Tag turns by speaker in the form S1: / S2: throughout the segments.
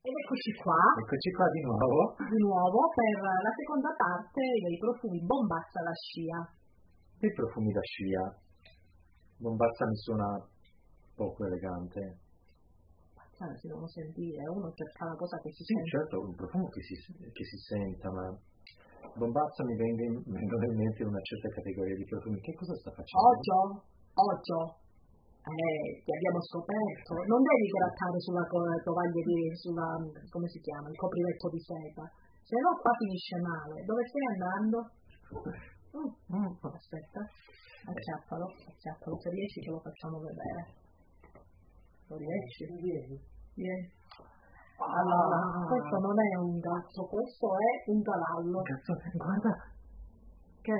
S1: Eccoci qua
S2: Eccoci qua di nuovo.
S1: di nuovo per la seconda parte dei profumi Bombazza la scia.
S2: I profumi da scia. Bombazza mi suona poco elegante.
S1: Sai, Cioè, si devono sentire, uno cerca una cosa che si
S2: Sì,
S1: sente.
S2: certo, un profumo che si, che si senta, ma bombazza mi venga in- mi vengono in mente una certa categoria di profumi. Che cosa sta facendo?
S1: Oggio, oggio, eh, ti abbiamo scoperto. Non devi grattare sulla co- tovaglia di, sulla, come si chiama, il copriletto di seta. Se no qua finisce male. Dove stai andando? Mm, mm, aspetta, acciappalo, acciappalo. Se riesci te lo facciamo vedere. Lo riesci? Vieni. Allora,
S2: Ah.
S1: questo non è un gatto, questo è un cavallo.
S2: Cazzo, guarda
S1: Che?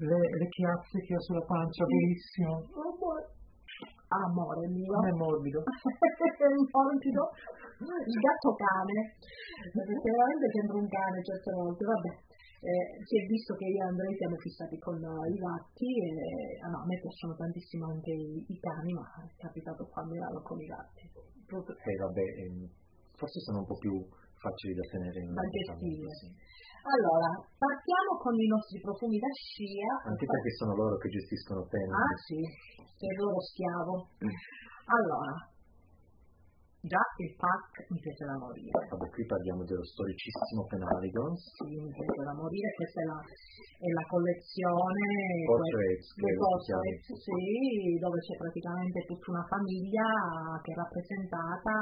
S2: le, le chiazze che ho sulla pancia, bellissimo.
S1: Amore. Amore mio.
S2: Come è morbido.
S1: ah, morbido il gatto cane perché veramente sembra un cane certe volte vabbè Eh, si è visto che io e Andrea siamo fissati con eh, i gatti e ah no, a me piacciono tantissimo anche i, i cani ma è capitato qua a Milano con i gatti Proprio-
S2: Eh vabbè, ehm, forse sono un po' più facili da tenere in
S1: Da
S2: appuntamento,
S1: gestire.
S2: sì.
S1: allora partiamo con i nostri profumi da scia
S2: Anche perché sono loro che gestiscono te.
S1: ah sì sei il loro schiavo allora già il pack mi piace da morire
S2: Vabbè, qui parliamo dello storicissimo Penaligons.
S1: sì, mi piace da morire, questa è la, è la collezione
S2: Portraits,
S1: dei
S2: credo si chiami.
S1: portrait, sì, dove c'è praticamente tutta una famiglia che è rappresentata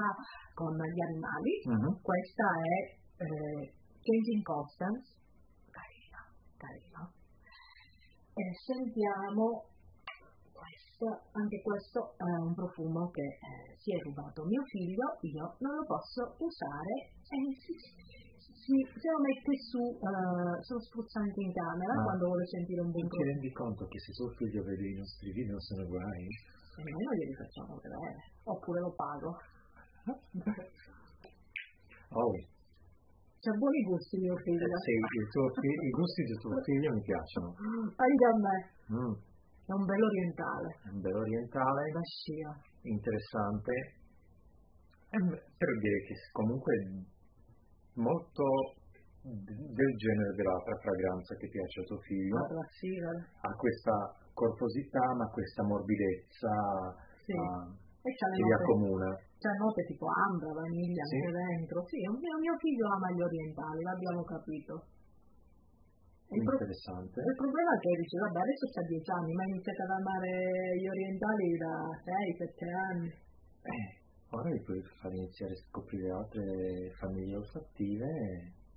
S1: con gli animali.
S2: Mhm.
S1: Questa è eh, Changing Constance, carina, carina. E sentiamo questo, anche questo è un profumo che eh, si è rubato mio figlio, io non lo posso usare e si, si- se lo mette su, eh, sono spruzzante in camera
S2: Ah.
S1: quando vuole sentire un buon
S2: Non ti
S1: profumo.
S2: rendi conto che se tuo figlio vede i nostri video sono guai?
S1: E noi non glieli facciamo vedere, oppure lo pago.
S2: Oh,
S1: C'ha buoni gusti mio figlio,
S2: se il tuo fi- i gusti di tuo figlio mi piacciono.
S1: anche a me,
S2: Mm,
S1: è un bello orientale.
S2: è un bello orientale,
S1: La scia.
S2: interessante. Eh, beh, Però direi che comunque molto d- del genere dell'altra fragranza che piace a tuo figlio.
S1: la scia,
S2: Ha questa corposità ma questa morbidezza
S1: sì. Eh,
S2: ah,
S1: E c'ha le
S2: che li
S1: note,
S2: accomuna.
S1: c'ha note tipo ambra, vaniglia
S2: Sì.
S1: anche dentro. Sì, un mio, mio figlio ama gli orientali, l'abbiamo capito. Il, pro-
S2: Interessante.
S1: il problema è che dice, vabbè, adesso c'ha 10 anni, ma ha iniziato ad amare gli orientali da 6-7 anni.
S2: Eh, ora li puoi far iniziare a scoprire altre famiglie olfattive.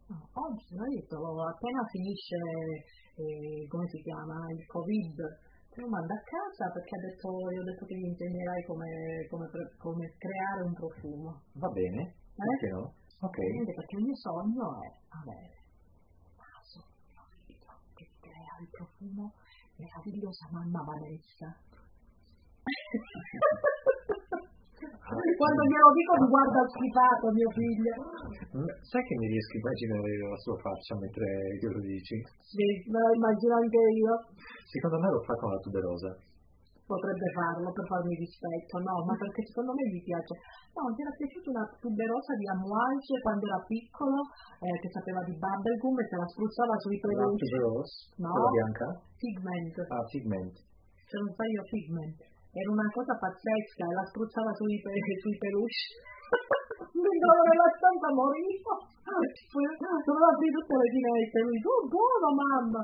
S1: No, Ah, Oggi, l'ho detto, appena finisce, eh, come si chiama, il Covid, te lo manda a casa perché ha detto, io ho detto che gli insegnerai come, come pre- come creare un profumo.
S2: Va bene?
S1: Eh?
S2: Perché no? Ok.
S1: Ovviamente perché il mio sogno è avere un vaso florido che crea il profumo meravigliosa mamma Vanessa.
S2: Ah,
S1: Ah, Quando glielo dico mi guarda schifato mio figlio.
S2: Mm, Sai che mi riesco a immaginare la sua faccia mentre glielo dici?
S1: Sì, me lo immagino anche io.
S2: Secondo me lo fa con la tuberosa.
S1: Potrebbe farlo per farmi rispetto, no, ma perché secondo me gli piace. No, mi era piaciuta una tuberosa di Amouage quando era piccolo, eh, che sapeva di bubblegum e se la spruzzava sui
S2: La
S1: peluche.
S2: tuberosa?
S1: No.
S2: Quella bianca?
S1: Figment,
S2: Ah, pigment.
S1: se non sbaglio Figment, era una cosa pazzesca, la spruzzava sui, pe- sui peluche. Vengono nella stampa morivo. Doveva aprire tutte le finestre, lui, oh, buono mamma.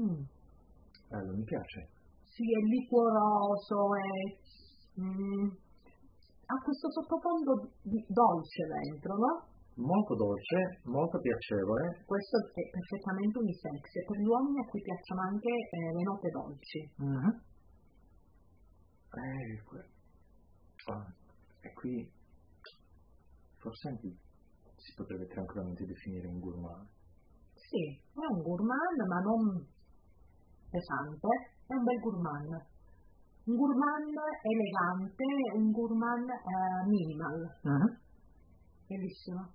S1: Mm.
S2: Bello, mi piace.
S1: Sì, è liquoroso, è... mm, ha questo sottofondo di- dolce dentro, no?
S2: Molto dolce, molto piacevole.
S1: Questo è perfettamente unisex, e per gli uomini a cui piacciono anche eh, le note dolci.
S2: Mhm. Eh, que- ah, e qui forse anche si potrebbe tranquillamente definire un gourmand.
S1: Sì, è un gourmand, ma non pesante, è un bel gourmand. Un gourmand elegante, un gourmand eh, minimal. Bellissimo.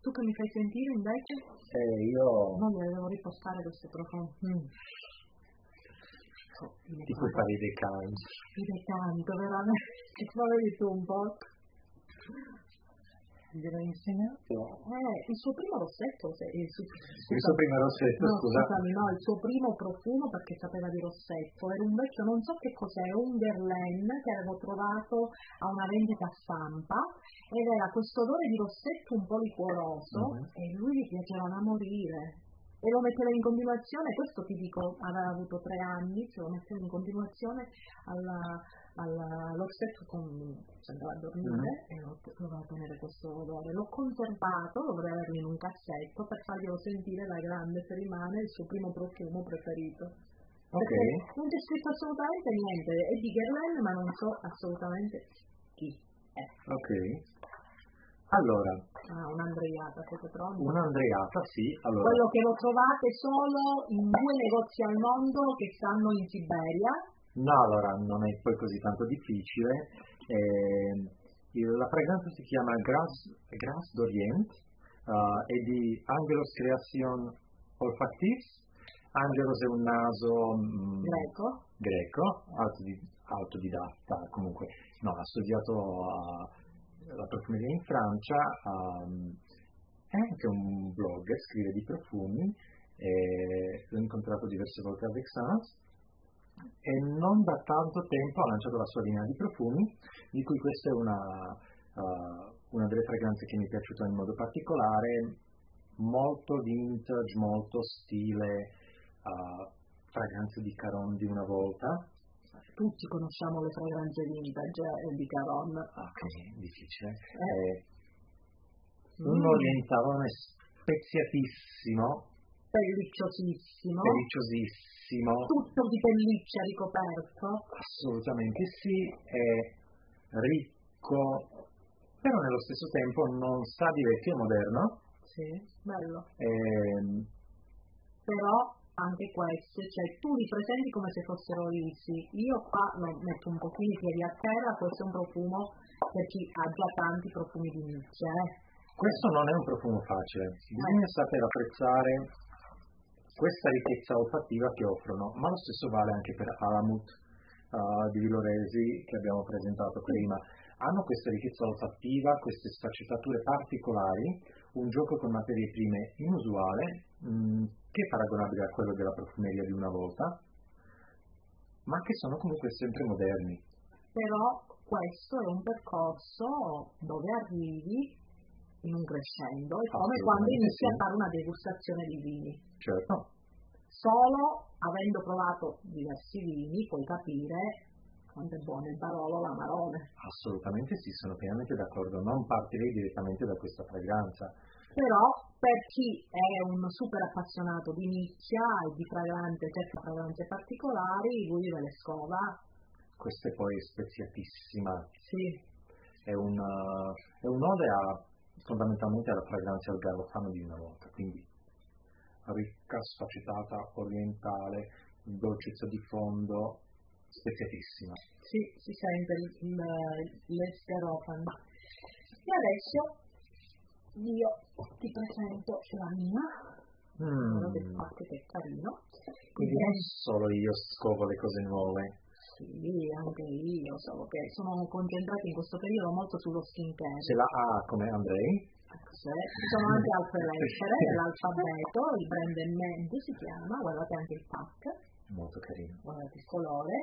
S1: Tu che mi fai sentire invece?
S2: Eh, io
S1: Non me le devo ripostare queste profumi. Mm. Oh, mi
S2: ti puoi
S1: ricordo-
S2: fare dei cani.
S1: mi ricordo tanto, veramente. Ci provi tu un po'.
S3: gliel'hai insegnato?
S1: Eh, il suo primo rossetto, se- il suo,
S2: Il suo primo rossetto,
S1: no,
S2: scusa.
S1: scusami, no, il suo primo profumo perché sapeva di rossetto, era un vecchio, non so che cos'era, un Verlaine che avevo trovato a una vendita a stampa ed era questo odore di rossetto un po' liquoroso
S2: Mhm.
S1: e lui gli piaceva da morire. E lo metteva in continuazione, questo ti dico, aveva avuto tre anni, se lo metteva in continuazione alla, alla- allo stesso con cioè andava a dormire
S2: Mm-hmm.
S1: e ho provato a tenere questo odore. L'ho conservato, lo dovrei averlo in un cassetto per farglielo sentire la grande se rimane il suo primo profumo preferito.
S2: Ok.
S1: Perché non c'è scritto assolutamente niente, è di Guerlain ma non so assolutamente chi.
S2: Ok. Allora,
S1: Ah, un'andreiata proprio pronto.
S2: un'andreata, sì, allora.
S1: Quello che lo trovate solo in due negozi al mondo che stanno in Siberia.
S2: No, allora non è poi così tanto difficile. Ehm, il- la fragranza si chiama Grass, Grass d'Orient, eh, è di Angelos Creation Olfactives. Angelos è un naso mm,
S1: Greco.
S2: greco, autodi- autodidatta comunque, no, ha studiato a- la profumeria in Francia, ehm, è anche un blogger, scrive di profumi, e l'ho incontrato diverse volte a Vexans e non da tanto tempo ha lanciato la sua linea di profumi, di cui questa è una, eh, una delle fragranze che mi è piaciuta in modo particolare, molto vintage, molto stile, eh, fragranze di Caron di una volta,
S1: Tutti conosciamo le fragranze vintage eh, di Caron.
S2: ah, così difficile,
S1: Eh.
S2: eh, un
S1: Mm.
S2: orientalone speziatissimo,
S1: pellicciosissimo,
S2: deliciosissimo,
S1: tutto di pelliccia ricoperto.
S2: assolutamente sì, è ricco, però nello stesso tempo non sa di vecchio e moderno,
S1: Sì, bello.
S2: ehm,
S1: Però anche queste, cioè tu li presenti come se fossero lissi. Io qua no, metto un pochino i piedi a terra, questo è un profumo per chi ha già tanti profumi di nicchia. Eh.
S2: Questo non è un profumo facile, bisogna saper apprezzare questa ricchezza olfattiva che offrono, ma lo stesso vale anche per Alamut eh, di Villoresi che abbiamo presentato prima. Hanno questa ricchezza olfattiva, queste sfaccettature particolari, un gioco con materie prime inusuale, mh, che è paragonabile a quello della profumeria di una volta, ma che sono comunque sempre moderni.
S1: Però questo è un percorso dove arrivi in un crescendo, è come quando
S2: Assolutamente
S1: inizi
S2: sì.
S1: a fare una degustazione di vini.
S2: Certo,
S1: solo avendo provato diversi vini puoi capire quanto è buono il Barolo l'amarone.
S2: Assolutamente sì, sono pienamente d'accordo. Non partirei direttamente da questa fragranza.
S1: Però per chi è un super appassionato di nicchia e di fragranze, cerca fragranze particolari, lui ve le scova.
S2: Questa è poi speziatissima.
S1: Sì,
S2: È, una, è un'ode a, fondamentalmente alla fragranza del garofano di una volta, quindi ricca, sfaccettata, orientale, dolcezza di fondo, speziatissima.
S1: sì, si sente il- il- l'esterofano. E adesso io ti presento la mia,
S2: Mm,
S1: quello che fate che è carino.
S2: Quindi non solo io scopo le cose nuove.
S1: Sì, anche io, solo che sono concentrata in questo periodo molto sullo skincare.
S2: Ce la A come Andrei,
S1: Ecco, se- Ci sono anche altre lettere, l'alfabeto, il brand and name si chiama, guardate anche il pack,
S2: molto carino.
S1: guardate il colore,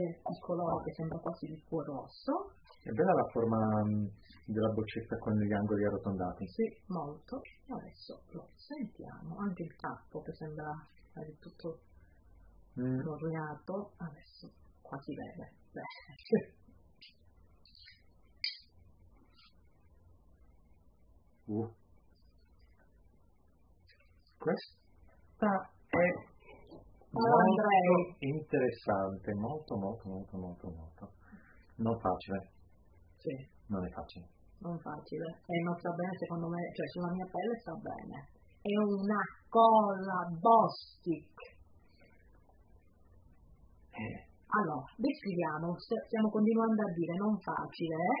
S1: il il colore che sembra quasi il cuor rosso,
S2: È bella la forma mm, della boccetta con gli angoli arrotondati.
S1: sì, molto. E adesso lo sentiamo, anche il tappo che sembra del tutto
S2: Mm,
S1: rovinato, adesso qua si vede. Beh.
S2: Uh. Questa è molto
S1: Andrei.
S2: interessante, molto molto molto molto molto. Non facile,
S1: Sì.
S2: non è facile.
S1: non facile e non sta bene secondo me, cioè sulla mia pelle sta bene. È una colla Bostic.
S2: Eh,
S1: Allora, descriviamo, st- stiamo continuando a dire non facile, eh?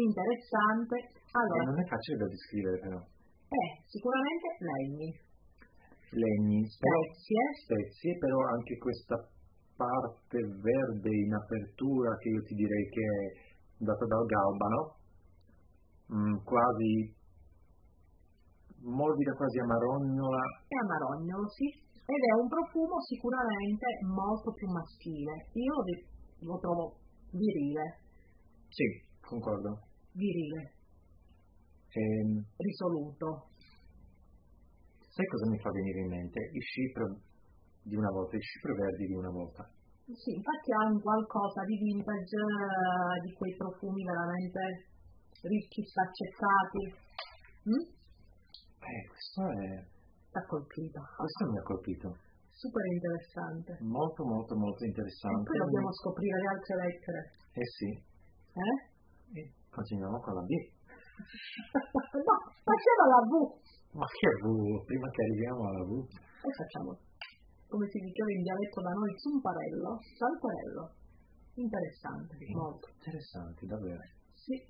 S1: interessante.
S2: e
S1: Allora,
S2: Eh, non è facile da descrivere però.
S1: è sicuramente legni,
S2: Legni, però,
S1: spezie,
S2: spezie, però anche questa parte verde in apertura che io ti direi che è data dal galbano, mm, quasi morbida, quasi amarognola.
S1: È amarognolo, sì, ed è un profumo sicuramente molto più maschile. Io ri- lo trovo virile,
S2: Sì, concordo.
S1: virile,
S2: Ehm,
S1: risoluto.
S2: sai cosa mi fa venire in mente? I cipro di una volta, i cipro verdi di una volta.
S1: Sì, infatti ha un qualcosa di vintage, eh, di quei profumi veramente ricchi, saccettati. Mm?
S2: Eh, questo, è,
S1: T'ha colpito.
S2: questo mi ha colpito.
S1: Super interessante.
S2: Molto, molto, molto
S1: E
S2: interessante.
S1: poi dobbiamo scoprire le altre lettere.
S2: Eh sì,
S1: Eh?
S2: eh, continuiamo con la B.
S1: no, facciamo la V
S2: Ma che V, prima che arriviamo alla V.
S1: e facciamo, come si diceva in dialetto da noi, zumparello, salparello. Interessante, molto.
S2: Interessante, davvero.
S1: Sì,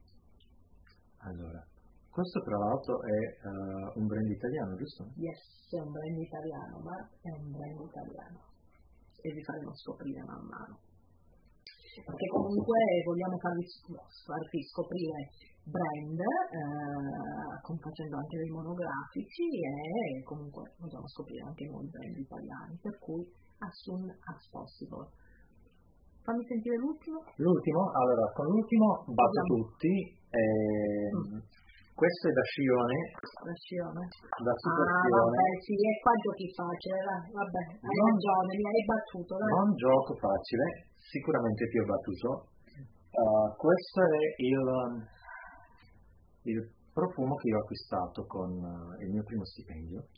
S2: Allora, questo tra l'altro è eh, un brand italiano, giusto?
S1: yes, è un brand italiano, ma è un brand italiano. E vi faremo scoprire man mano. Perché comunque vogliamo farvi farvi scoprire brand, eh, con- facendo anche dei monografici e comunque vogliamo scoprire anche noi brand italiani, per cui as soon as possible. Fammi sentire l'ultimo.
S2: L'ultimo, allora, con l'ultimo batto
S1: Andiamo.
S2: tutti. ehm,
S1: Mm.
S2: questo è da Scione,
S1: Attenzione.
S2: da Super
S1: Ah,
S2: Scione.
S1: vabbè, sì, e qua giochi facile, dai, vabbè, hai
S2: Non-
S1: ragione, mi hai battuto, dai.
S2: Non gioco facile, sicuramente più battuto. Eh, questo è il, il profumo che io ho acquistato con eh, il mio primo stipendio.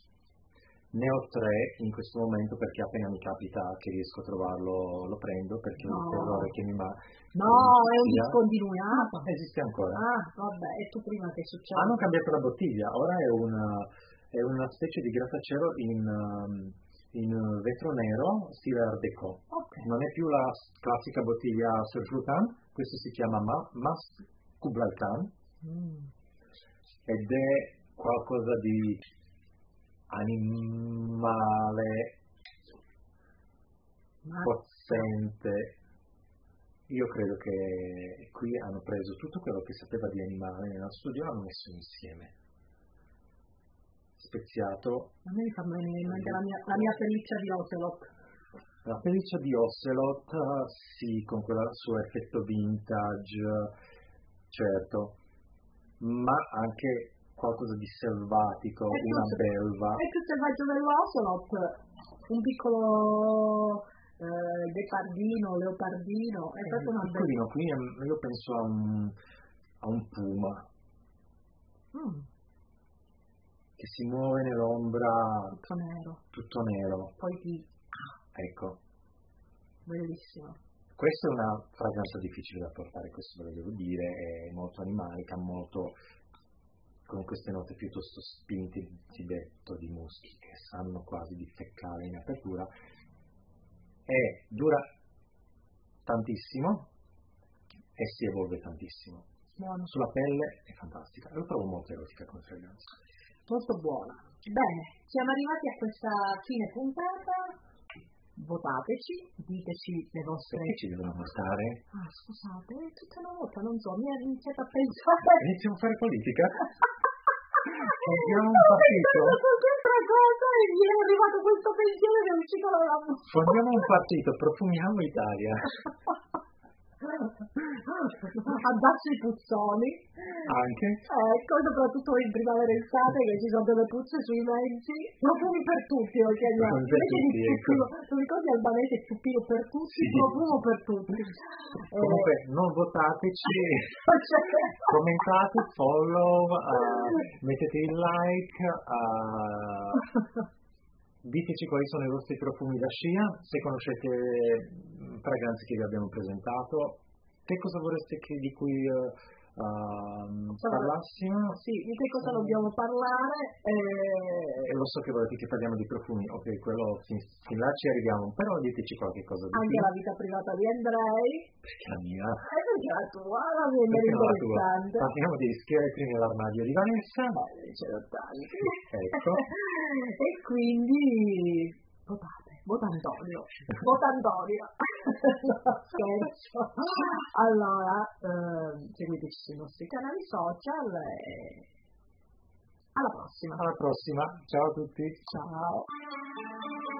S2: Ne ho tre in questo momento perché appena mi capita che riesco a trovarlo lo prendo perché ho il
S1: No.
S2: terrore che mi va.
S1: No, è un
S2: Sì, eh?
S1: discontinuato.
S2: Esiste ancora.
S1: Ah, vabbè, e tu prima che succede?
S2: Hanno cambiato la bottiglia, ora è una, è una specie di grattacielo in, ehm, in vetro nero, stile Art Deco.
S1: Ok,
S2: Non è più la s- classica bottiglia Surflutan, questo si chiama Ma- Mas Kublaikan
S1: Mm,
S2: ed è qualcosa di animale,
S1: ma
S2: potente. Io credo che qui hanno preso tutto quello che sapeva di animale nello studio e l'hanno messo insieme. Speziato
S1: a me mi fa venire in mente la mia, la mia pelliccia di Ocelot.
S2: La pelliccia di Ocelot, eh, sì, con quel suo effetto vintage, eh, certo, ma anche qualcosa di selvatico,
S1: Eh,
S2: una
S1: forse-
S2: belva.
S1: E il selvaggio dell'Ocelot, un piccolo eh, gepardino, leopardino, è proprio una bella...
S2: Eh, piccolino, qui è- io penso a un, a un puma
S1: Mm,
S2: che si muove nell'ombra
S1: tutto nero,
S2: tutto nero.
S1: poi di...
S2: Ecco,
S1: bellissimo.
S2: questa è una fragranza difficile da portare, questo ve lo devo dire, è molto animalica, molto con queste note piuttosto spinte di Tibetto, di muschi che sanno quasi di feccare in apertura. E dura tantissimo e si evolve tantissimo.
S1: Buono.
S2: Sulla pelle è fantastica, lo trovo molto erotica come fragranza.
S1: molto buona. Bene, siamo arrivati a questa fine puntata. Votateci, diteci le vostre.
S2: Perché ci devono votare?
S1: Ah, scusate, è tutta una volta, non so, mi ha iniziato a pensare.
S2: Iniziamo a fare politica?
S1: Abbiamo
S2: Eh, un partito?
S1: questa cosa e mi è arrivato questo pensiero che è uscito dalla
S2: Fondiamo un partito, profumiamo Italia.
S1: a darci i puzzoni
S2: Anche?
S1: ecco soprattutto in primavera e estate che ci sono delle puzze sui mezzi profumi per tutti lo chiamiamo
S2: Profumi
S1: Invece
S2: per
S1: di
S2: tutti, ecco.
S1: ciuppino- tu ricordi albanese ciuppino per tutti
S2: Sì.
S1: profumo per tutti Eh,
S2: Comunque, non votateci.
S1: cioè-
S2: commentate, follow, eh, mettete il like, eh, diteci quali sono i vostri profumi da scia, se conoscete mm, fragranze che vi abbiamo presentato, che cosa vorreste che, di cui eh, ehm, parlassimo.
S1: sì di che cosa dobbiamo parlare Eh,
S2: E lo so che volete che parliamo di profumi, ok, quello fin, fin là ci arriviamo, però diteci qualche cosa di
S1: anche
S2: più,
S1: la vita privata di Andrei
S2: perché la mia,
S1: Eh, perché la tua la mia è
S2: perché non la tua. Ah.
S1: interessante Ah,
S2: Parliamo degli scheletri nell'armadio di Vanessa,
S1: Beh, ce l'ho tanti
S2: ecco.
S1: e quindi votate, vota Antonio, vota Antonio. Scherzo. Allora, ehm, seguiteci sui nostri canali social e alla prossima.
S2: Alla prossima, ciao a tutti.
S1: Ciao.